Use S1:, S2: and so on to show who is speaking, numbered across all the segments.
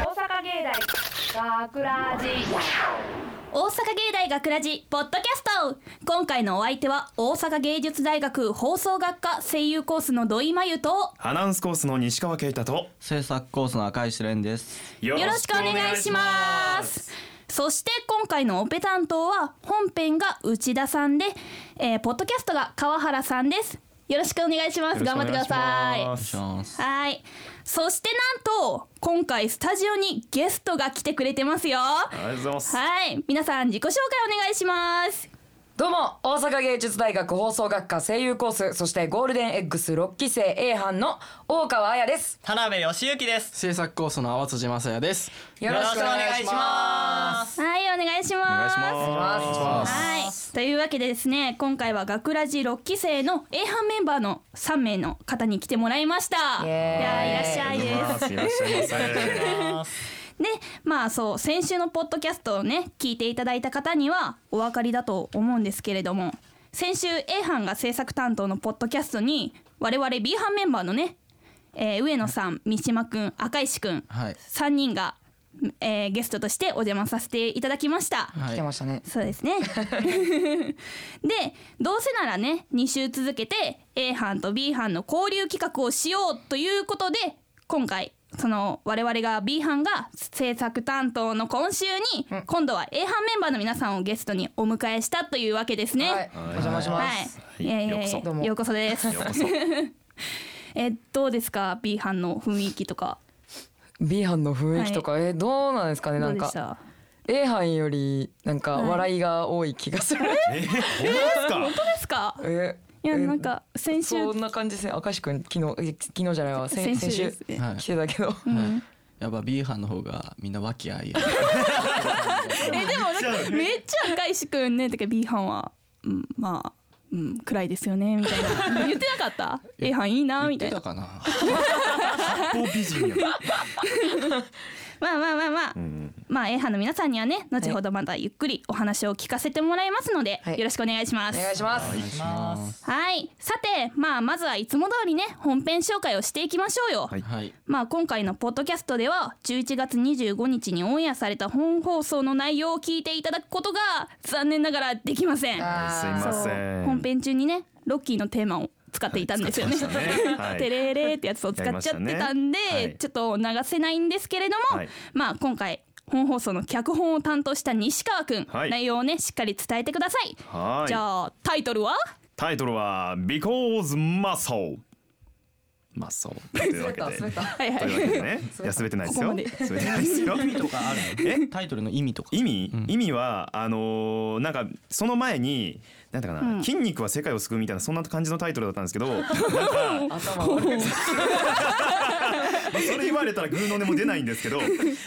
S1: 大学ラジ
S2: 大阪芸大学ラジポッドキャスト今回のお相手は大阪芸術大学放送学科声優コースの土井真由と
S3: アナウンスコースの西川圭太と
S4: 制作コースの赤石蓮です。
S3: よ
S2: よろしくお願いします。そして今回のオペ担当は本編が内田さんで、えーポッドキャストが川原さんです。よろしくお願いします。頑張ってください。
S3: よろ
S2: は
S3: しくお願いし
S4: お
S3: ま
S4: 願い
S2: い。
S4: します
S2: そしてなんと今回スタジオにゲストが来てくれてますよ。は
S3: すありがとうございます
S2: い。皆さん自己紹介お願いします。
S1: どうも大阪芸術大学放送学科声優コースそしてゴールデン X 6期生 A 班の大川彩です
S5: 田辺義行です。
S4: 制作コースの淡辻正也です。
S1: よろしくお願いします
S2: はい、お願いし
S3: お願
S2: ま
S3: い
S2: す。
S3: します
S2: はい、というわけでですね今回は学ラジ6期生の A 班メンバーの3名の方に来てもらいましたい
S1: イエーイ
S2: やいらっしゃいです
S3: す いらっしゃいませ
S2: でまあそう先週のポッドキャストをね聞いていただいた方にはお分かりだと思うんですけれども先週 A 班が制作担当のポッドキャストに我々 B 班メンバーのね、えー上野さん三島くん赤石くん、
S4: はい
S2: 3人が、えーゲストとしてお邪魔させていただきました。
S4: は
S1: 来てましたね
S2: そうですね。 でどうせならね2週続けて A 班と B 班の交流企画をしようということで今回その我々が B 班が制作担当の今週に、今度は A 班メンバーの皆さんをゲストにお迎えしたというわけですね。
S1: はいお邪魔し
S2: は
S1: ます
S2: い、いやいやいや
S1: ようこそどうも
S2: ようこそです。
S3: ようこそ
S2: えどうですか B 班の雰囲気とか
S1: B 班の雰囲気とかえどうなんですかね
S2: ど
S1: な
S2: うんで
S1: か
S2: した？
S1: A 班よりなんか笑いが多い気がする
S3: えー本当ですか
S2: どうですか？
S1: え
S2: いや
S1: え
S2: なんか先週
S1: そんな感じですね明石君昨日え昨日じゃないわ先
S2: 先
S1: 先
S2: 週で
S1: 週
S2: すね
S4: はい
S1: 来てたけど
S4: い。はいやっぱ B 班の方がみんな和気あいあい。
S2: えでもなんかめっちゃ赤石くんねてか B 班は、うん、まあ、うん、暗いですよねみたいな言ってなかった A 班いいな
S4: 言
S2: み
S4: ったて
S2: い
S4: た
S2: な
S4: かな。
S3: 八方美人や
S2: まあまあまあまあ、
S3: ん
S2: まあ A 班の皆さんにはね後ほどまたゆっくりお話を聞かせてもらいますので、
S1: はい
S2: よろしくお願いしま
S1: お
S2: す。
S1: 願いします
S4: お願いします。
S2: はいさてまあまずはいつも通りね本編紹介をしていきましょうよ。
S3: はい
S4: はい。
S2: まあ、今回のポッドキャストでは11月25日にオンエアされた本放送の内容を聞いていただくことが残念ながらできません。
S1: あ
S3: すい
S1: ー
S3: ま
S2: そう
S3: せん
S2: 本編中にねロッキーのテーマを使っていたんですよね。
S3: 使ってましたねは い
S2: テレレってやつを使っちゃってたんで
S3: やりましたねはい
S2: ちょっと流せないんですけれども、
S3: はい
S2: まあ今回本放送の脚本を担当した西川くん、
S3: はい
S2: 内容をねしっかり伝えてください。
S3: はい
S2: じゃあタイトルは
S3: タイトルは Because Muscle Muscle というわけで
S1: 滑った滑っ
S2: はいは
S3: と
S2: い
S3: いうわけでねいや滑ってないですよ
S2: ここまで
S3: 滑ってないですよ
S4: 意味とかあるの？
S3: え
S4: タイトルの意味とか。
S3: 意味、意味はあのーなんかその前になんだかな、
S2: うん
S3: 筋肉は世界を救うみたいなそんな感じのタイトルだったんです けどなんか
S1: た頭悪い
S3: まあそれ言われたらグーの音も出ないんで すけど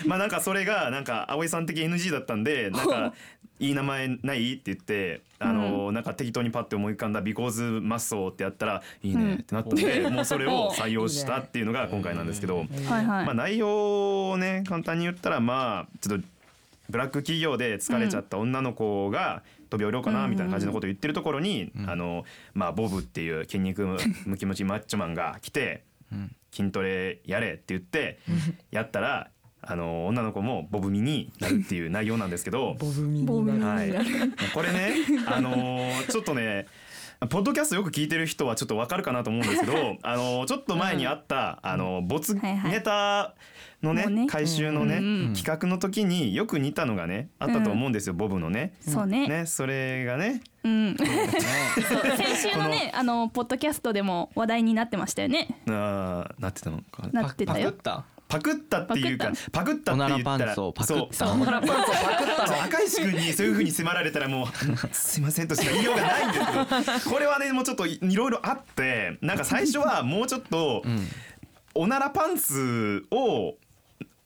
S3: まあなんかそれがなんか葵さん的 NG だったんでなんかいい名前ないって言ってあのーなんか適当にパッて思い浮かんだ「ビコーズマッソー」ってやったらいいねってなったんで、もうそれを採用したっていうのが今回なんですけど。
S2: はいはい、
S3: まあ、内容をね簡単に言ったらまあちょっとブラック企業で疲れちゃった女の子が飛び降りようかなみたいな感じのことを言ってるところに、あのまあ、ボブっていう筋肉ムキムチマッチョマンが来て
S4: うん
S3: 「筋トレやれ」って言ってやったらあの女の子もボブ身になるっていう内容なんです けど。
S1: ボブミ
S2: ボブミ
S1: ニ
S3: はい、これ ね、あのーちょっとねポッドキャストよく聞いてる人はちょっとわかるかなと思うんですけど、あのーちょっと前にあった、あのー没
S2: はいはい
S3: ネタのね,、
S2: もうね
S3: 回収のね、
S2: うん
S4: うん
S3: 企画の時によく似たのがねあったと思うんですよ、ボブのね。
S2: そうね
S3: ね、それがね
S2: うん、
S4: ね
S2: そう先週のねあのポッドキャストでも話題になってましたよね。
S3: あーなってたのか
S2: なってたよ
S4: パクった。
S3: パクったっていうかパクった
S4: お
S3: って
S4: な
S3: 言
S4: らパ
S3: った
S4: ン
S3: ら
S4: ツをパク
S3: そ
S4: っ
S3: う
S4: た。
S1: パンツをパクったの
S3: そう赤石君にそういう風に迫られたらもうすいませんとしか言いようがないんですけどこれはねもうちょっといいろいろあってなんか最初はもうちょっと
S4: うん。
S3: おならパンツを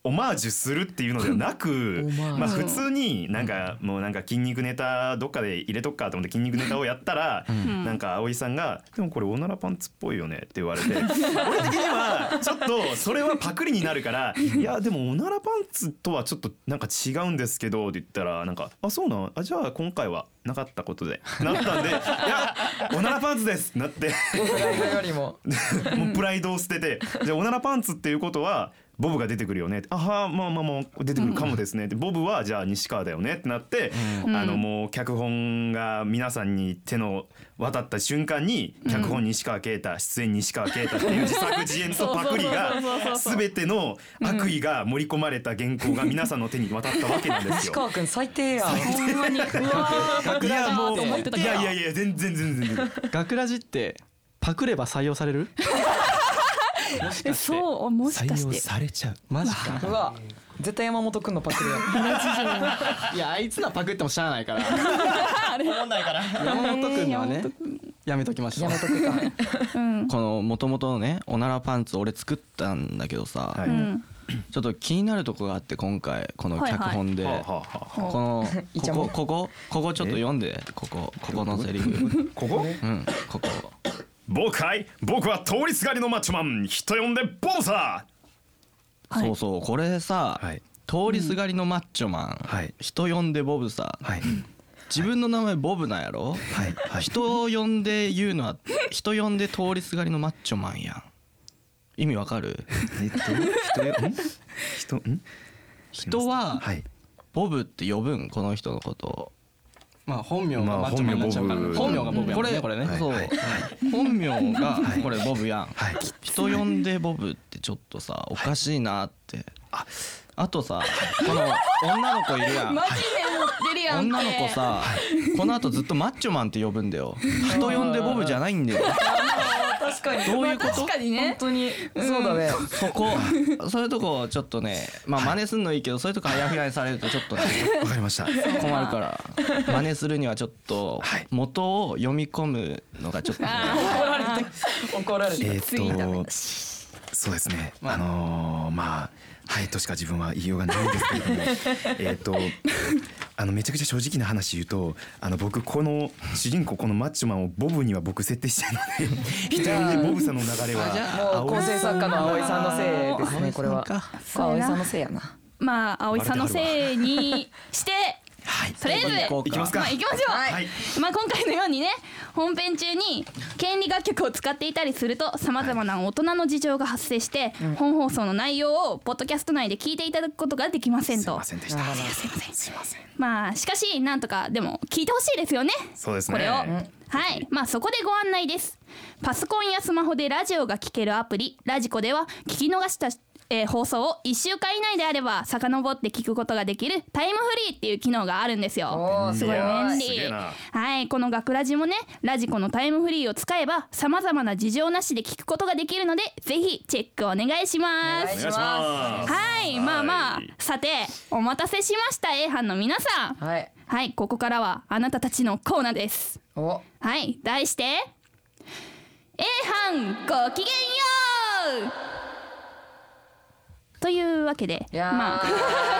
S3: オマージュするっていうのではなく
S1: オマージュ
S3: まあ普通になんかもうなんか筋肉ネタどっかで入れとくかと思って筋肉ネタをやったら
S2: ん
S3: なんか葵さんが「でもこれおならパンツっぽいよね」って言われ て俺的にはちょっとそれはパクリになるから「いやでもおならパンツとはちょっとなんか違うんですけど」って言ったらなんか「あそうなんあじゃあ今回はなかったことで」なったんで「いやおならパンツです」ってなって。
S1: プライドよりも
S3: もうプライドを捨てて、じゃあおならパンツっていうことは。ボブが出てくるよねってあはまあまあまあ出てくるかもですねって、ボブはじゃあ西川だよねってなって、あのもう脚本が皆さんに手の渡った瞬間に脚本西川啓太出演西川啓太っていう自作自演とパクリが
S2: そうそうそうそう
S3: 全ての悪意が盛り込まれた原稿が皆さんの手に渡ったわけなんです
S1: 西
S3: よ。
S1: 川君最低やん
S2: ほんまにうわー
S3: い
S2: 爆弾
S3: や
S2: だな
S3: もう
S2: と
S3: い
S2: 思ってたけど
S3: やいやいや全然全然全然
S4: 学ラジってパクれば採用される
S2: え
S4: もしかして
S2: そうもしかして
S4: れちゃうマジか
S1: うわ絶対山本君のパクリや
S4: いやあいつらパクってもしゃあないから
S2: あれ
S4: 問題から 山本君のはねやめときました
S1: 山本君
S2: う
S1: か
S2: ん
S4: この元々のねおならパンツ俺作ったんだけどさ、
S3: は
S2: う
S3: い
S2: ん
S4: ちょっと気になるとこがあって今回この脚本で、
S3: はあはあはあ
S4: こ の
S1: いい
S4: こ
S1: じゃん
S4: こここここちょっと読んでここここのセ リフ
S3: ここ
S4: うんここ
S3: 僕はい僕は通りすがりのマッチョマン人呼んでボブサ
S2: はい
S4: そうそうこれさ、
S3: はい
S4: 通りすがりのマッチョマン、
S3: はい
S4: 人呼んでボブさ、
S3: ーはい
S4: 自分の名前ボブなんやろ、
S3: はいは
S4: 人を呼んで言うのは人呼んで通りすがりのマッチョマンやん意味わ かる
S3: えっと人ん人ん
S4: 人は
S3: はい
S4: ボブって呼ぶんこの人のことをまあ本名
S3: まあ
S4: マッチョマンになっちゃうから
S3: 本
S4: ね
S3: 名
S4: 本名
S3: ボブ
S4: がボブやもんねこれね
S3: はい
S4: そう
S3: はい
S4: 本名がこれボブやん
S3: はい
S4: 人呼んでボブってちょっとさおかしいなってああとさこの女の子いるやん
S2: マジで持ってるやんけ
S4: 女の子さこの後ずっとマッチョマンって呼ぶんだよ人呼んでボブじゃないんだよ
S1: 確かに
S4: どういうこ
S2: まあ
S4: と
S2: 確かに
S1: 本
S2: ね
S1: 当にそうだね
S4: そこそういうとこちょっとねまあ真似すんのいいけどそういうとこあやふやにされるとちょっとね
S3: わかりま した
S4: 困るから真似するにはちょっと
S3: はい
S4: 元を読み込むのがちょっとね
S1: 怒られ て怒られて
S3: え
S2: ついダメ
S3: ーっとそうですね
S4: まあ
S3: あのーまあはいとしか自分は言いようがないんですけれど もえーっとあのめちゃくちゃ正直な話言うとあの僕この主人公このマッチョマンをボブには僕設定して るので人呼んでボブさんの流れ
S4: あじ
S3: は
S4: ゃ
S1: もう構成作家の葵さんのせいですねこれは
S4: 葵さんか
S1: そう葵さんのせいやな
S2: まあ葵さんのせいにして
S3: はい
S2: とりあえず
S4: 行こうか
S3: いきますか
S2: まあ行きましょう、
S3: はい
S2: まあ今回のようにね本編中に権利楽曲を使っていたりするとさまざまな大人の事情が発生して、本放送の内容をポッドキャスト内で聞いていただくことができません
S3: すい
S2: と
S3: ませんでした
S1: あ
S2: すいません
S3: すいません
S2: まあしかしなんとかでも聞いてほしいですよね
S3: そうですね
S2: これをはいまあそこでご案内ですパソコンやスマホでラジオが聴けるアプリラジコでは聞き逃したえー放送を1週間以内であれば遡って聞くことができるタイムフリーっていう機能があるんですよ
S1: おー
S2: すごい
S3: いやー
S2: 便
S3: すげ
S2: 利
S3: えな
S2: はいこの学ラジもねラジコのタイムフリーを使えばさまざまな事情なしで聞くことができるのでぜひチェックお願いしま
S1: お願
S2: す
S1: い
S3: お願い
S1: し
S3: します
S2: はい、まあまあ
S3: はい、
S2: さて、お待たせしました、A 班の皆さん。
S1: はい
S2: はい、ここからは、あなたたちのコーナーです。
S1: お
S2: はい、題して、A 班ごきげんようというわけで、
S1: いやー
S2: まあ、
S3: はい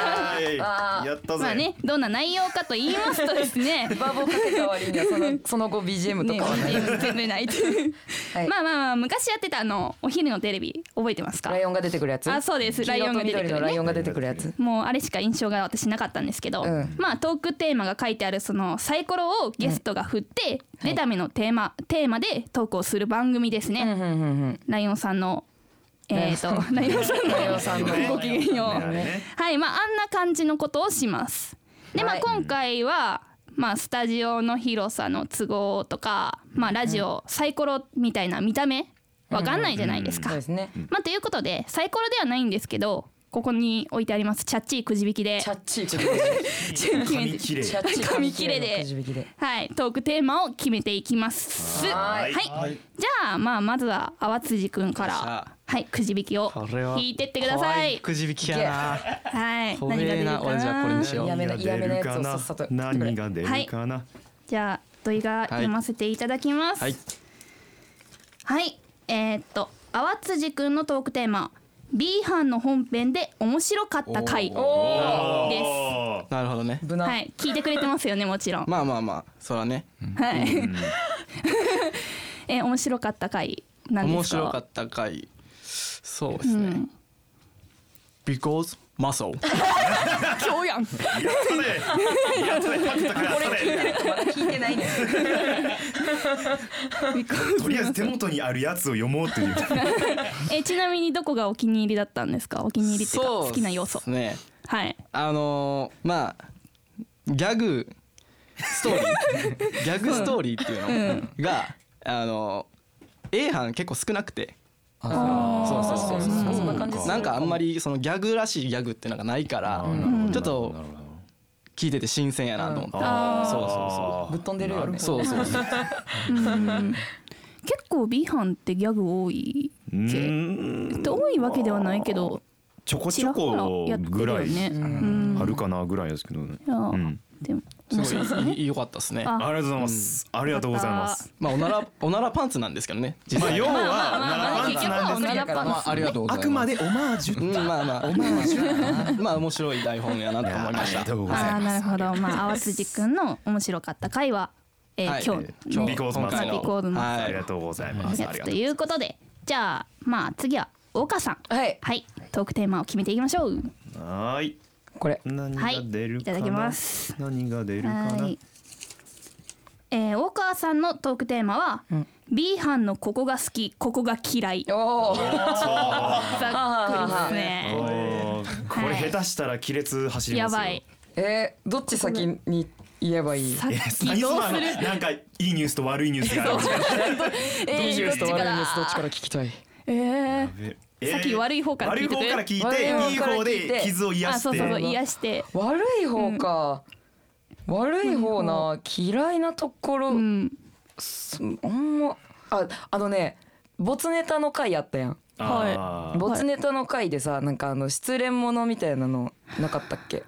S1: あー
S3: やったぜ
S2: まあね、どんな内容かと言いますとです ね、
S1: バーボーかけた割にはそ のその後 BGM と
S2: ね
S1: かはない、
S2: 全部ないという
S1: はい
S2: まあまあまあ昔やってたあのお昼のテレビ覚えてますか
S1: ライオンが出てくるやつ
S2: あそうです
S1: 黄色と緑のラ
S2: ラ
S1: イ
S2: イ
S1: オ
S2: オ
S1: ンが出てくるやつ
S2: もうあれしか印象が私なかったんですけど、
S1: うん
S2: まあトークテーマが書いてあるそのサイコロをゲストが振って、出た目のテーマ、テーマでトークをする番組です
S1: うん
S2: ね、
S1: うんうんうん
S2: ライオンさんのえっ、とライオンさんの
S1: ライオンさんの
S2: ごきげんよう、
S3: ねね
S2: はいまああんな感じのことをしますでまあ
S1: はい
S2: 今回は、まあ、スタジオの広さの都合とか、まあ、ラジオ、サイコロみたいな見た目わかんないじゃないですか、
S1: そうですね
S2: まあ、ということでサイコロではないんですけどここに置いてありますチャッチーくじ引きで
S1: チャッチーくじ引き
S3: 髪綺麗
S1: チャッチー
S2: 紙切れで
S1: くじ引きで
S2: はい、トークテーマを決めていきます。
S1: は
S2: は
S1: ーい
S2: い、じゃあ、まあ、まずは淡辻くんか
S4: よっし
S2: ら
S4: ゃ。
S2: はい、くじ引きを
S4: これは
S2: 引いてってください。
S4: くじ引きや
S2: はい、
S4: 怖
S2: 何が出
S4: え
S2: る
S4: な
S2: か
S4: 俺じゃあこれ
S2: な
S4: に。しよう
S1: やめなやめなやつをさっさと
S3: 何が出
S2: は
S3: る
S2: い
S3: かな
S2: じゃあ、土井が読ませていただきます。
S4: はい
S2: はい、えーっと、淡辻くんのトークテーマ。B 班の本編で面白かった回です。
S4: おー
S2: は
S3: お
S4: なるほどね
S1: 無難、
S2: い、聞いてくれてますよね、もちろん。
S4: まあまあまあそらね
S2: はい。え、面白かった回。なんで
S4: 面
S2: すか。
S4: 白かった回そうですね because muscle
S2: 今日やん。
S3: やったねやったねパクパクやったね
S1: まだ聞いてないね。
S3: とりあえず手元にあるやつを読もうと いう
S2: えちなみにどこがお気に入りだったんですか。お気に入りっていうか好きな要素
S4: そう。ですね
S2: はい。
S4: あのーまあギャグストーリ ーギャグストーリーっていうのが、あのー A 班結構少なくてそうそうそうそう
S1: そんな感じする
S4: なんかあんまりそのギャグらしいギャグってなんかないからちょっと聞いてて新鮮やなと思って、
S2: あー
S4: そうそ
S1: ぶっ飛んでるよね。
S4: うそうそうそうそう
S2: 結構 B 班ってギャグ多い系。
S3: ん
S2: 多いわけではないけど、
S3: ちょこ
S2: ち
S3: ち
S2: ら
S3: ょ
S2: ほ
S3: こ
S2: らやってる
S3: ぐ
S2: よ
S3: らい
S2: ね。うん
S3: あるかなぐらいですけどね
S2: いやー
S3: うん
S2: でも面
S4: す
S2: 白いです
S4: ごい
S2: ね。
S4: いい良かったですね
S2: あ
S3: ありがとうございますありがとうございます
S4: まあおならおならパンツなんですけどね実
S3: まあ
S4: 際
S3: 要は
S2: まあまあまあ
S3: 奈良パンツなんです
S1: 結局は
S3: けど
S1: 奈良パンツ
S5: まあありがとうございます
S3: あくまでオマージュ
S4: うんまあまあまあ面白い台本やなと思いました
S3: う
S2: ああなるほど。まあ淡辻くんの面白かった回は、えー
S4: はい
S2: 今日ね
S3: ビコーズマス
S2: ビコーズマス
S3: あ
S4: は
S3: り
S4: い
S3: がとうございます
S2: や
S3: あり
S2: つ
S3: が
S2: と
S3: とう
S2: いうことで、じゃあまあ次は岡さん。
S1: はい。
S2: はい。トークテーマを決めていきましょう。
S3: はーい
S1: これ。
S3: 何
S2: は
S3: が
S2: い
S3: 出る
S2: い
S3: か
S2: た
S3: な
S2: だきます
S3: 何が出るか
S2: は。
S3: ない
S2: えー、大川さんのトークテーマは、B 班のここが好き、ここが嫌い。ざっ
S1: おお。
S2: くりですね。
S3: おーこれ下手したら亀裂走り
S2: や
S3: ますよ
S2: ばい。
S1: えー、どっち先に言えばいい。
S2: さっ
S3: え
S2: き
S3: 何
S2: どう
S3: そ
S2: す
S3: の
S2: る？
S3: なんかいいニュースと悪いニュースがある
S2: えー、どっちから？
S1: 聞きたい。
S2: えー
S3: えー
S2: さっき悪い方から聞いてて
S3: 悪い方から聞い
S1: 悪い方から聞
S3: て
S1: いて
S3: いい方で傷を癒
S2: あ、
S3: し
S2: そうそうそう
S3: て
S2: 癒して。
S1: 悪い方か。悪い方な嫌いなところ、
S2: うん。
S1: そあんまああのね没ネタの回あったやん
S3: あー
S1: 没ネタの回でさなんかあの失恋ものみたいなのなかったっけ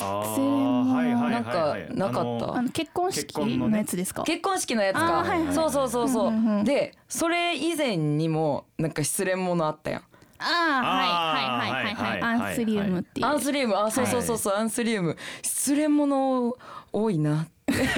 S3: あーはいはいはいはい
S1: なんかなかった
S2: あの結婚
S3: 結
S2: 式
S3: 婚のね
S2: のやつですか？
S1: 結婚式のやつか、
S2: あーはいはい
S1: そうそうそうそう,、
S2: うんうんうん
S1: でそれ以前にもなんか失恋ものあったやん
S2: ああ、はいはいはいはい
S3: あ
S2: は
S3: ー
S2: い。アンスリウムっていう。
S1: アンスリウムあそうそうそうそう、アンスリウム失恋もの多いな ってなんか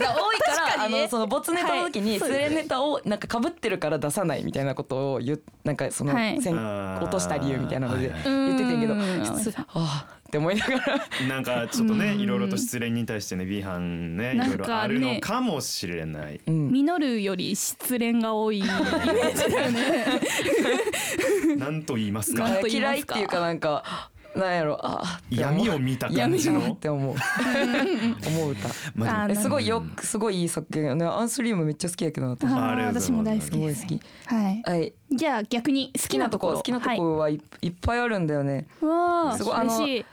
S1: 多いから
S2: 確かにね
S1: あのその没ネタの時に失恋ネタをなんか被ってるから出さないみたいなことを言うなんかその、
S2: はい
S1: せん
S3: あー
S1: 落とした理由みたいなので
S3: はいはい
S1: 言っててんけど、
S2: うーん
S1: 失ああって思いなが ら
S3: なんかちょっとねいろいろと失恋に対してね B 班ねいろいろある
S2: なん
S3: の
S2: か
S3: かもし れない
S2: 実るより失恋が多いイメージだよね。
S3: なんと言います
S2: な
S3: か
S2: んと言い
S1: 嫌
S2: ま
S1: いっ
S2: すか
S1: ていうかなんかなんやろああって思う
S3: 闇を見た感じ
S1: 闇を見
S3: の
S1: て思う思う歌
S3: ま
S2: あ
S3: あ
S1: え
S2: ー
S1: すごいよすごいいい作品よねアンスリウムめっちゃ好きやけどな私
S2: あ
S1: す
S3: あ
S2: ー
S3: りがとうございま
S2: 私も大好き
S3: す
S1: ご
S2: で
S1: い
S2: す
S1: 好。き
S2: はい。
S1: はい
S2: じゃあ逆に好
S1: 好
S2: きなところ。
S1: 好きなところはいいっぱいあるんだよね
S2: ろ。わあ、
S1: すごいあ
S2: 嬉
S1: の
S2: しい。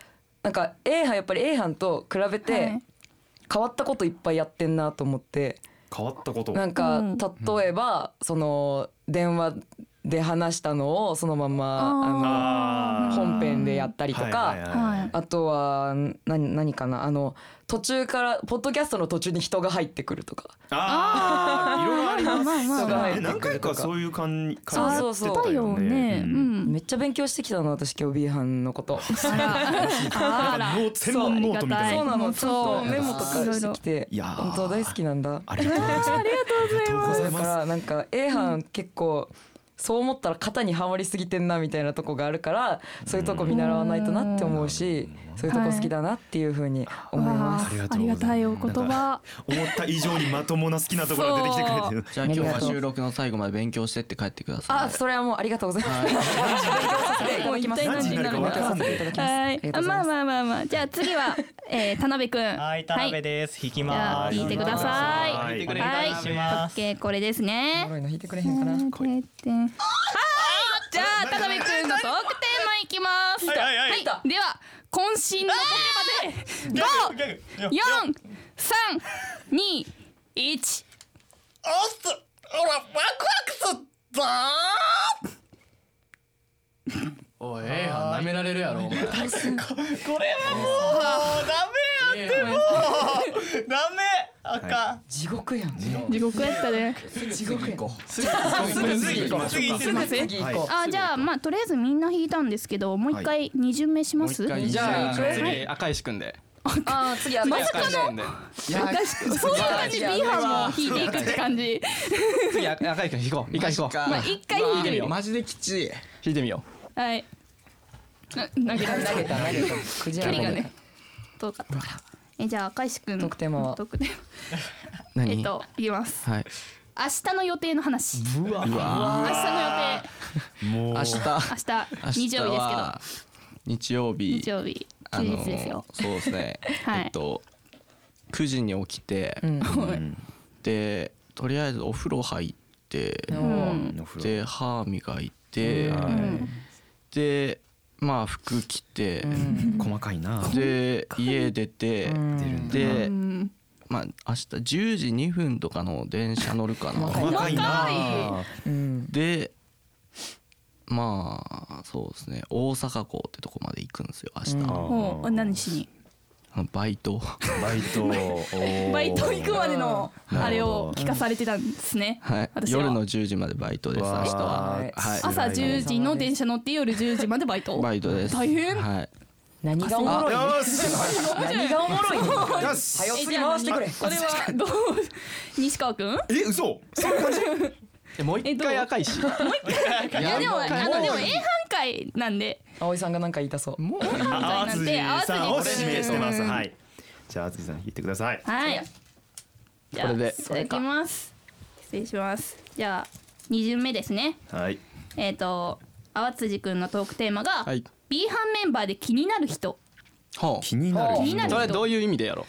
S1: なんか A 班やっぱり A 班と比べ
S2: は
S1: て
S2: い
S1: 変わったこといっぱいやってんなと思って
S3: 変わったこと
S1: なんか
S2: うん
S1: 例えばその電話で話したのをそのままあ
S3: あ
S1: の
S3: ー
S1: 本編でやったりと
S3: はい
S1: か
S3: はいはい
S2: はい
S1: あとは何何かなあの途中からポッドキャストの途中に人が入ってくるとか
S3: あーいろいろあります
S2: まあまあ
S1: まあ
S3: ね何回かそういう感じ感じやって
S1: そう
S2: だ
S3: た
S2: よ
S3: よ
S2: ね
S3: ね。
S2: う
S3: うん
S2: ん。
S1: めっちゃ勉強してきたの私今日 B 班のこと。
S2: あら、あら。
S3: ノー専門ノートみたい
S1: そう
S3: な
S1: なの、ち
S2: そ
S1: ょっと
S2: う
S1: メモとかしてきて、
S3: いやー
S1: 本当大好きなんだ。
S3: ありがとうございますありがとうござ
S1: だ
S3: い
S1: か
S3: ます
S1: ら、なんか A 班結構。そう思ったら肩にはまりすぎてんなみたいなとこがあるからそういうとこ見習わないとなって思うしそういうとこ好きだなっていうふうに思いま
S2: わ
S1: す。
S3: りが
S2: あ
S3: とうございます
S2: ありがたいお言
S3: なん
S2: 葉。
S3: 思った以上にまともな好きなところが出てきてくれてる
S4: じゃあ今日は収録の最後まで勉強してって帰ってくださ
S1: あ
S4: い
S1: それはもうありがとうございます。いただきます。
S2: もう
S3: 何時になるか分からん
S1: い
S3: で
S1: ただきます。あ
S2: は
S1: り
S2: い。
S1: がと
S2: あ
S1: うござ
S2: まあまあ
S1: います。
S2: まあまあ。じゃあ次は、えー、田辺くん。
S6: はい、田辺です。引き
S2: じゃ
S6: ま
S2: あ
S6: す。
S2: 聞いてください。
S3: はい
S6: お
S2: は
S6: 願いし
S2: オ
S6: ま
S2: ッ
S6: す。
S2: ケー、これです
S1: おも
S2: ね。
S1: ろいの引いてくれへんかな。
S2: はい、じゃあ田辺くんのトークテーマいきます。
S6: はいはいはい
S2: では渾身の言葉で五、
S6: ギャグギャグ
S2: 四、三、二、一。
S6: おっす、ほら、ワクワクすっぞ
S5: おい A 班舐められるやろお前
S6: ー。これはもう、ダメやってもう。ダメ、あか
S1: 地獄やん。
S2: 地獄やったね。
S1: 地獄やん。
S6: ん。次行きましょうか。
S1: すぐ次行こう。
S2: あ、じゃあまあとりあえずみんな引いたんですけど、もう一回二巡目しま
S4: もう
S2: す。
S4: 一回じ
S1: じ
S4: ゃ
S1: ゃ
S4: あ
S1: あ
S4: 次赤石くんで
S1: あー次は
S2: まさかの
S4: 赤石くんで
S2: そういう感じで B 班も引いていくって感じ。
S4: 次赤赤石くん引こう一回引こう
S2: まあ一回引いてみる。
S5: マジできちい
S4: 引いてみよ
S2: はい。な投げられた
S1: 投げた投げたクジ
S2: 距
S1: ラ
S2: 離が
S1: 投げ
S2: ね遠かったからえじゃあ海士くん
S1: 特典は
S2: 特典は
S4: 何、
S2: えっと言います
S4: はい
S2: 明日の予定の話
S4: うわ
S2: 明日の予定
S3: もう
S4: 明日
S2: 明日日曜日ですけど
S4: 日曜日
S2: 日曜日
S4: あ
S2: 休
S4: の
S2: 日ですよ、
S4: そうですね、
S2: はい
S4: えっと9時に起きて、
S1: うん
S4: でとりあえずお風呂入って、
S1: う
S2: うんん
S3: お風呂
S4: で歯磨いて、でまあ服着て、
S1: うん
S3: 細かいな
S4: で家出て、
S1: うん
S4: で、
S2: うん
S4: まあ明日10時2分とかの電車乗るかな
S1: 細
S3: か
S2: 細
S3: いな
S1: うん
S4: でまあそうですね大阪港ってとこまで行くんですよ明日、
S1: うん
S2: もう何しに
S4: あのバイト
S3: バイト
S2: バイト行くまでの
S4: なるほど
S2: あれを聞かされてたんですね、
S4: はい
S2: 私は
S4: 夜の10時までバイトです明日は
S1: わー
S4: はい
S2: 朝10時の電車乗って夜10時までバイト
S4: バイトです
S2: 大変
S4: はい
S1: 何がおもろい
S3: よし
S1: 何がおもろいは
S3: よし
S1: よ次回してくれ
S2: これはどう西川くん
S3: え嘘
S4: えもう
S2: え
S4: 一
S2: どう
S4: 回赤いし
S2: いやでもあ
S4: もう
S2: のでも A 班会なんで
S1: 葵さんがなんか言いたそう
S4: もう
S3: あ
S2: なんで
S3: あさんを
S2: 淡路
S3: 指名してます
S2: うん
S3: はいじゃあ淳さん弾いてください
S2: はいじゃあ
S4: これで
S2: いただきます失礼しますじゃあ2巡目ですね
S3: はい
S2: えっ、と淡辻くんのトークテーマが、
S4: はい
S2: B 班メンバーで気になる人
S4: ほ
S3: 気になる
S2: 気にな
S4: う
S2: る
S4: それはどういう意味でやろ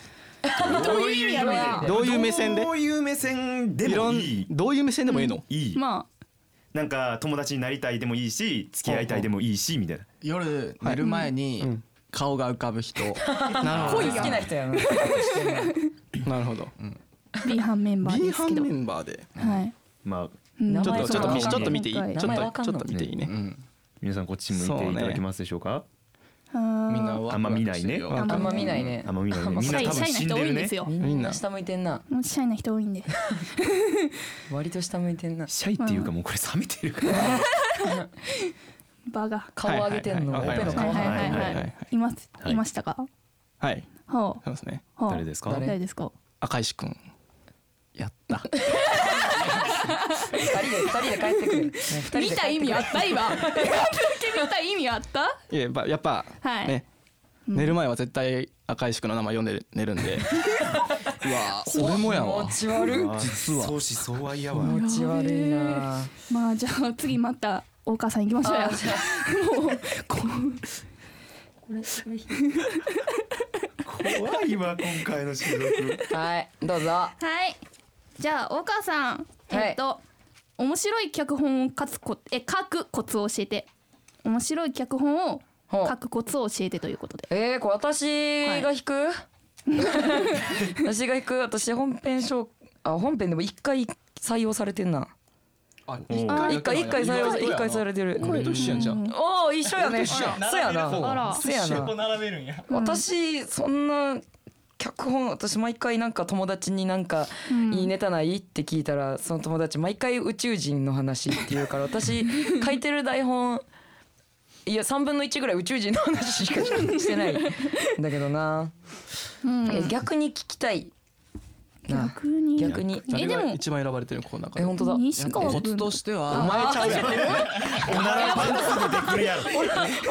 S2: どういう意味やろ
S4: うどういう目線で
S3: どういう目線で
S4: いろ
S3: も
S4: ん
S3: いい
S4: どういう目線でもいいの
S3: いい
S2: ま
S3: なんか友達になりたいでもいいし付き合いたいでもいいしみたいな
S5: 夜寝る前に顔が浮かぶ人。
S4: なるほ
S1: 恋好きな人やな
S4: どなるほど
S2: あ B 班メンバー
S4: B
S2: です
S4: 班
S2: けど
S4: メンバーで
S2: はい、
S3: まあ
S2: うん
S1: 名
S4: ちょっ
S1: 前
S4: とちょっ
S1: 名
S4: と
S1: 前
S4: ちょっと見ていいちょ
S2: 名
S4: っ
S2: 前
S4: とち
S1: わかん
S4: ょ
S1: の
S4: っと見ていいね
S5: うん。
S3: 皆さんこっち向いていただけますでしょうか
S2: あー
S5: みんなワクワク
S3: あんま見ないね
S5: してるよ
S1: あんま見ないね
S3: あんま見ないね
S2: あ
S3: みん
S2: シ
S3: な
S2: ャイ
S3: 多
S2: シ
S3: 分
S2: ャイな
S3: 死ん
S2: 人
S3: で
S2: 多い
S3: る
S2: んで
S3: ね
S2: すよ。
S1: み
S4: み
S1: ん
S4: ん
S1: な
S4: な
S1: 下向いてんな
S2: もうシャイな人多いんで。
S1: 割と下向いてんな
S3: シャイっていうかもうこれ冷めてるから
S2: バが。
S1: 顔上げてんの
S4: は
S1: オ
S4: いはいは
S1: ペ
S4: い
S2: は
S1: の
S2: い
S1: 顔
S2: はいはい
S3: は
S2: はい
S3: は
S2: い。
S3: いはい
S4: はい
S2: ます、
S3: はい
S2: い、ましたか。
S4: はい
S2: ほう
S4: そうですね
S2: ほう。
S3: 誰ですか
S1: 誰
S2: 誰ですか。
S4: 赤石くんやった
S1: 二人で二人で帰ってくるね二人で帰ってくる
S2: 見た意味あった 今。見た意味あった。
S4: いややっぱやっぱ
S2: はい
S4: ね寝る前は絶対赤石くんの名前読んで寝るんでうわそれもやわ
S1: 気持ち悪い
S4: 実は
S3: 相思相愛やわ
S1: 気持ち悪いな
S2: まあじゃあ次また大川さん行きましょうよ。 もうこう
S3: 怖いわ今回の収録
S1: はいどうぞ
S2: はい。じゃあ大川さん。えっと、面白い脚本を書つこえ書くコツを教えて。面白い脚本を
S1: ほう
S2: 書くコツを教えてということで。
S1: えー、これ私が引く、私が引く私本編紹あ本編でも一回採用されてんな
S5: あ
S3: おー
S1: 一回一回採用一回採用されてる
S4: これと一緒やんじゃん
S1: おお一緒やねそうや
S2: あ
S1: な
S2: ら
S1: そうやな
S6: こう並べるんや
S1: 私そんな脚本私毎回なんか友達になんかいいネタないって聞いたらその友達毎回宇宙人の話って言うから私書いてる台本いや3分の1ぐらい宇宙人の話しかしてないんだけどな、え逆に聞きたいな
S2: 逆に
S1: 逆に
S2: え
S4: 誰
S2: で
S4: が
S2: も
S4: 一番選ばれてるこの中
S1: え
S4: で
S1: 本当だ
S2: 西川
S5: コツ
S2: 君
S5: としては
S4: 前ちゃうやん
S3: おならパンツ出てくるやろ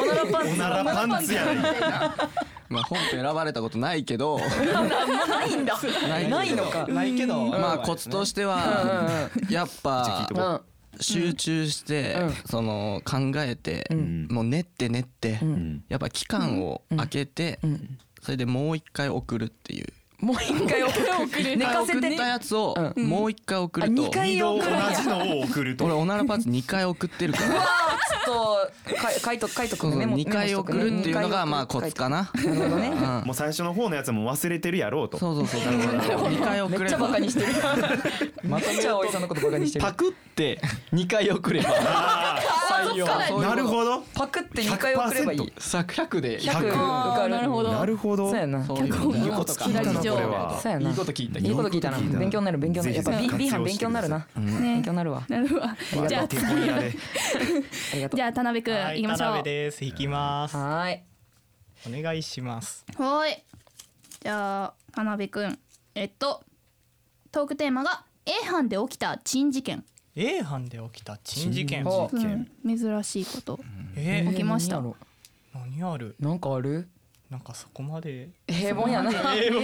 S1: おならパン
S3: お
S1: ツ
S3: ならパンツやね
S5: まあ本編選ばれたことないけ ど
S1: ないんだ
S5: ないけど
S1: ないのか
S4: ないけど
S5: まあコツとして
S1: うん
S5: はやっぱ
S1: うんうん
S5: 集中して
S1: うん
S5: その考えて
S1: ん
S5: もう練って練って
S3: ん
S5: やっぱ期間を空けて
S1: ん
S5: それでもう一回送るっていう
S1: もう一回送る 寝かせ
S5: 送った
S1: て
S5: やつを
S1: う
S5: もう一回送
S1: あ
S5: ると
S1: 二回
S3: 同
S1: 送るんや
S3: じのを送る
S5: 俺
S3: と
S5: オナラパンツ2回送ってるから
S1: あーちょっとか書いと書いとく
S5: そうそ
S1: ね
S5: う
S1: メモ
S5: 2回
S1: メモし
S5: 送
S1: とくね
S5: るっていうのがまあコツかな
S1: なるほど ね
S5: うん
S3: もう最初の方のやつも忘れてるやろうと
S5: そうそうそう2回
S1: め
S5: 送
S1: っ
S5: れ
S1: ちゃ
S5: ば
S1: バカにしてるめっちゃ葵さんのことバカにしてる
S4: パクって二回送れば 採用そういうこと
S3: なるほど
S1: パクって2回送ればいい
S4: 策略で
S1: 100受
S2: あ
S1: か
S2: ー
S1: る
S2: なるほど
S3: なるほど
S1: そうやな
S4: そ
S1: そうう
S4: いうこと
S2: 脚
S4: いい
S2: 本聞
S4: ことか
S2: き出
S3: こ
S1: し
S2: 上手
S3: れは
S1: やない
S4: いこと聞いた
S1: いいこと聞いたな
S3: な
S1: 勉強になる勉強になるやっぱ
S3: ぜひ活
S1: B
S3: 用
S1: B 班勉
S3: して
S1: 強
S3: く
S1: にな
S3: ださ
S1: る
S3: い
S1: な勉強になるわ
S2: なるわ
S1: りがとう
S2: じゃあ
S3: 手本やで
S1: ありがとう
S2: じゃあ田辺くん
S6: は
S2: 行
S6: い
S2: き
S6: 田
S2: ましょう
S6: 辺です行きます
S1: はーい
S6: お願いします
S2: はーいじゃあ田辺くんえっとトークテーマが A 班で起きた珍事件
S6: A 班で起きた珍事件
S1: 珍事
S2: うん珍しいこと
S6: え
S2: 起きました
S1: 何やろ
S6: 何ある
S1: なんかある
S6: なんかそこまで
S1: 平凡やな 平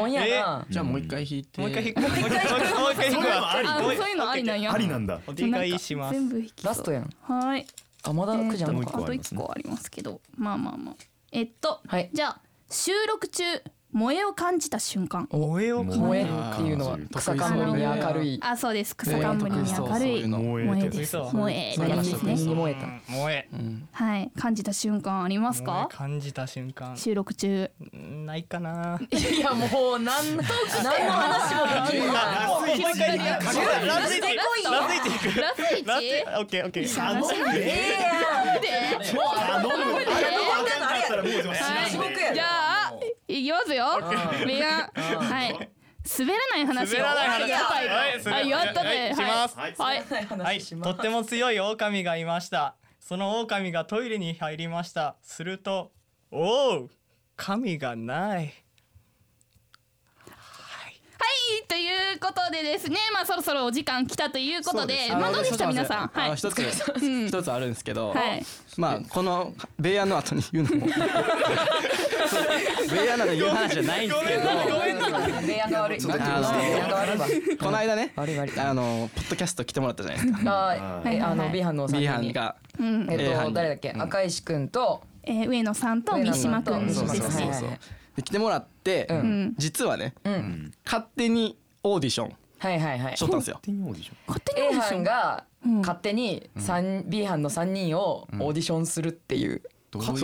S1: 凡やな
S5: じゃあもう一回引いて
S6: もう一回引くもう一回引くもう一回引 く
S3: あり
S2: あそういうのありなんや
S3: ありなんだ
S6: お願いします
S2: 全部引きそう
S1: ラストやん
S2: はーい
S1: あまだ
S2: えー
S1: くじゃん
S3: も
S1: の
S3: う
S1: か
S3: 一個
S2: あと1個
S3: ありますね
S2: ありますけどまあまあまあえっと、
S1: はい
S2: じゃあ収録中萌えを感じた瞬間
S6: 萌えを感じ
S1: 萌えっていうのは草冠に明るい
S2: あそうです草冠に明るい
S5: えー
S2: 萌
S3: 萌
S2: え
S3: え
S2: で
S3: ですす
S2: 萌えってやつです
S1: 萌え
S2: ね
S1: に燃え
S6: う
S1: た
S6: ん萌え
S2: はい感じた瞬間あります
S6: 萌え
S2: か
S6: 感じた瞬間
S2: 収録 中
S6: うんないかない
S1: やもうなん何の話もできるな
S6: もう一回ラスイチラスイチ行く
S2: ラスイチ
S6: ラスイチオッケーオッケーあの
S3: あかんかったらもうでも
S2: はい
S1: 地獄やで
S2: じゃあいきますよメガはい滑らない話を
S6: 滑らない話
S2: はい
S6: はい滑らな
S2: は
S6: い
S2: いやった
S6: はい
S2: ね
S6: します
S2: はいはい
S6: はい、とっても強い狼がいました。その狼がトイレに入りました。すると、おう、神がない。
S2: はいということでですねまあそろそろお時間来たということでまあどうでした皆さん
S4: あ
S2: はい
S4: の一つ一つあるんですけど、
S2: はい
S4: まあこの米安の後に言うのも米安の後に言う話じゃないんですけど
S1: レイヤーが悪いレイヤーが悪いわ
S4: この間ね
S1: 悪い悪い
S4: あのポッドキャスト来てもらったじゃないですか
S1: あえあのビハンのお三
S4: ビー
S1: 人
S4: ハン
S1: に
S4: が
S2: うん
S1: えっ
S4: A
S1: と
S4: 班
S1: 誰だっけ赤石くんと
S2: えー上野さんと三島君で
S1: 上野さんと
S2: す
S1: そう
S2: ね
S1: そうそう
S4: で来てもらって、
S2: ん
S4: 実はね
S1: うん
S4: 勝手にオーディション
S1: はいはいはい
S4: しとったんですよ。
S2: 勝手にオー
S1: A
S2: ディショ
S1: 班
S2: ン
S1: が勝手に三 B 班の三人をオーディションするっていう
S5: どういう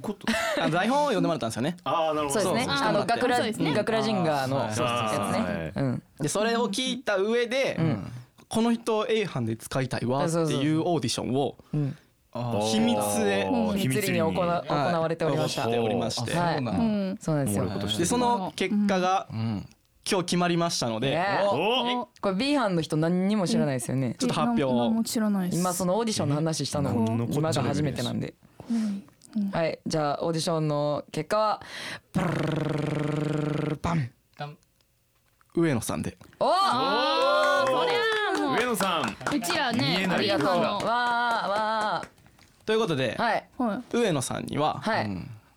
S5: こと
S3: うこと
S4: あの台本を読んでもらったんですよね。
S3: ああなるほ
S1: そ
S3: ど
S1: うですね
S4: そうそう
S1: あの
S4: そう
S1: 学ラ
S2: そうですね
S1: 学ラジンガーのやつ
S3: そうそうそう
S1: ねうん
S4: でそれを聞いた上で、この人を A 班で使いたいわって
S1: そうそうそ
S4: いううオーディションを
S1: うん
S4: 秘密で
S2: うん
S1: 秘密裏に行わ
S4: はい
S1: 行われておりました
S4: 行われておりまして
S1: はい
S5: そうな
S2: う
S5: の
S2: ん
S1: そうなんですよ
S4: でその結果が
S5: うん
S4: 今日決まりましたので、
S1: ね
S3: お
S2: お
S1: これ B 班の人何にも知らないですよね
S4: ちょっと発表を
S2: 何も知らないです
S1: 今そのオーディションの話したの
S3: うん
S1: 今が初めてなんではいじゃあオーディションの結果はパルルパン
S4: 上野さんで
S1: お
S2: あそりゃあも
S3: 上野さん
S2: ううちら
S3: 見
S2: ね
S3: えない
S1: ありがとう
S2: あ
S1: わあわ
S4: ということで、
S1: あはい
S2: のはい
S4: 上野さんには、
S1: はい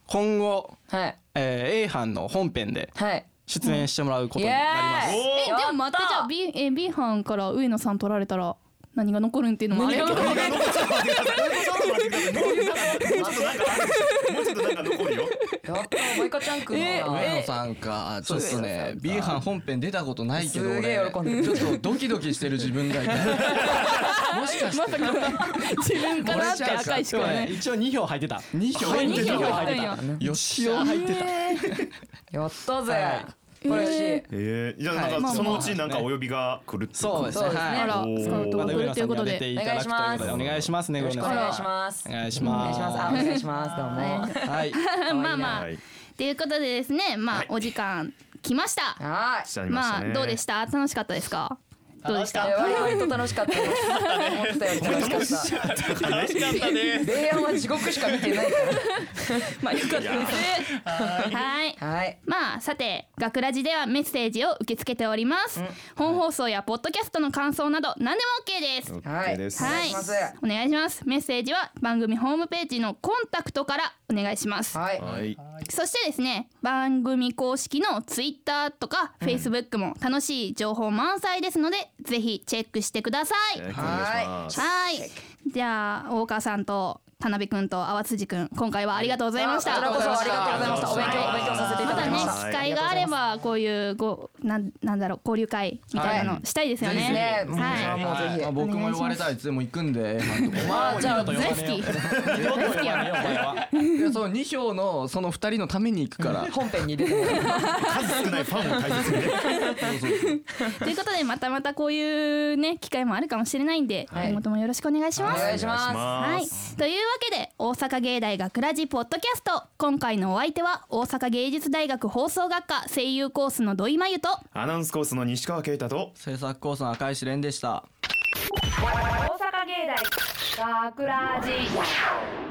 S4: 今後、
S1: はい
S4: えー A 班の本編で
S1: はい
S4: 出演してもらうこと
S1: イ
S4: に
S1: エ
S4: なります。
S1: ーイ
S2: えでも待ってじゃあ B え B 班から上野さん取られたら何が残るんっていうのもあれよ
S3: もうちょっとなんか残るよ
S1: やったマイカちゃんくんは
S5: 上野さんかちょっとね
S1: そう
S5: B 班本編出たことないけど
S1: すげえ
S5: 俺
S1: 喜んでる
S5: ちょっとドキドキしてる自分がいてもしかして
S2: 自分からって赤石君
S4: でも
S2: は
S4: ね
S2: ね
S4: 一応2票入ってた。
S5: 2票
S2: 入って
S5: 入
S2: る
S5: っ
S2: 二
S5: て
S2: 票入って
S5: た
S2: た
S5: よっしゃ入ってた
S1: やったぜこれ嬉しい
S3: えーじゃあなんかそのうちなんかお呼びが来るってい
S4: そうですね。
S1: そうですね
S2: あら
S4: は
S2: スカウト
S4: い。
S2: が来る
S4: また上野
S2: というこ
S4: さんには
S2: と
S4: 出て
S2: で
S4: いただくということでお願いしますね。
S1: よろ
S4: 上
S1: し
S4: 野
S1: くお
S4: さん。
S1: 願いします
S4: お願いし
S1: お願いしますあお
S4: ま
S1: 願いしますどうもね
S4: す。はい。
S2: まあまあ
S3: はい
S2: ということでですねまあ
S3: い
S2: お時間来ました
S1: は
S3: しちゃいまし
S2: ま
S3: た
S2: あ
S3: ね
S2: どうでした楽しかったですかどうでした
S1: いや割と楽しかった です思ったより楽しかった
S6: 楽しかったです。
S1: 霊安は地獄しか見てないか
S2: まあよかったですはい
S1: ら。はい。
S2: まあさて「学ラジ」ではメッセージを受け付けております、本放送やポッドキャストの感想など何でも OK です、
S1: はい。
S3: OK です
S1: お
S2: は
S1: 願い
S2: い
S1: します。
S2: お願いしますメッセージは番組ホームページのコンタクトからお願いします
S1: はい。
S3: はい
S2: そしてですね番組公式の Twitter とか Facebook も楽しい情報満載ですので、ぜひチェックしてください、
S3: お願いします
S2: はい。じゃあ大川さんと田辺くんと淡辻くん今回はありがとうございました。
S1: こちらこそありがとうございました。お勉強お勉強させてい
S2: ま
S1: た
S2: た
S1: だき
S2: ね
S1: ました。
S2: 機会があればこういうごなんなんだろう交流会みたいな
S1: は
S2: のしたいですよ
S1: です
S2: ね。
S1: ね。もう
S2: はい
S1: じゃあもうぜ
S5: まあ
S1: ひ。
S5: 僕も呼ばれたらいつでも行くんで
S1: まあじゃあ
S4: 呼ば
S2: 大
S4: れ
S2: 好
S4: よ
S2: き。大好きやん。
S5: いやその2票のその2人のために行くから
S1: 本編に入れてもらう。
S3: 数少ないファンを大切にね
S2: ということでまたまたこういうね機会もあるかもしれないんで、
S1: はい
S2: 今後もよろしくお願いし
S1: お
S2: ます。
S1: 願いしま
S2: はい、というわけで大阪芸大学ラジポッドキャスト今回のお相手は大阪芸術大学放送学科声優コースの土井真由と
S3: アナウンスコースの西川圭太と
S5: 制作コースの赤石蓮でした
S7: 大阪芸大学ラジ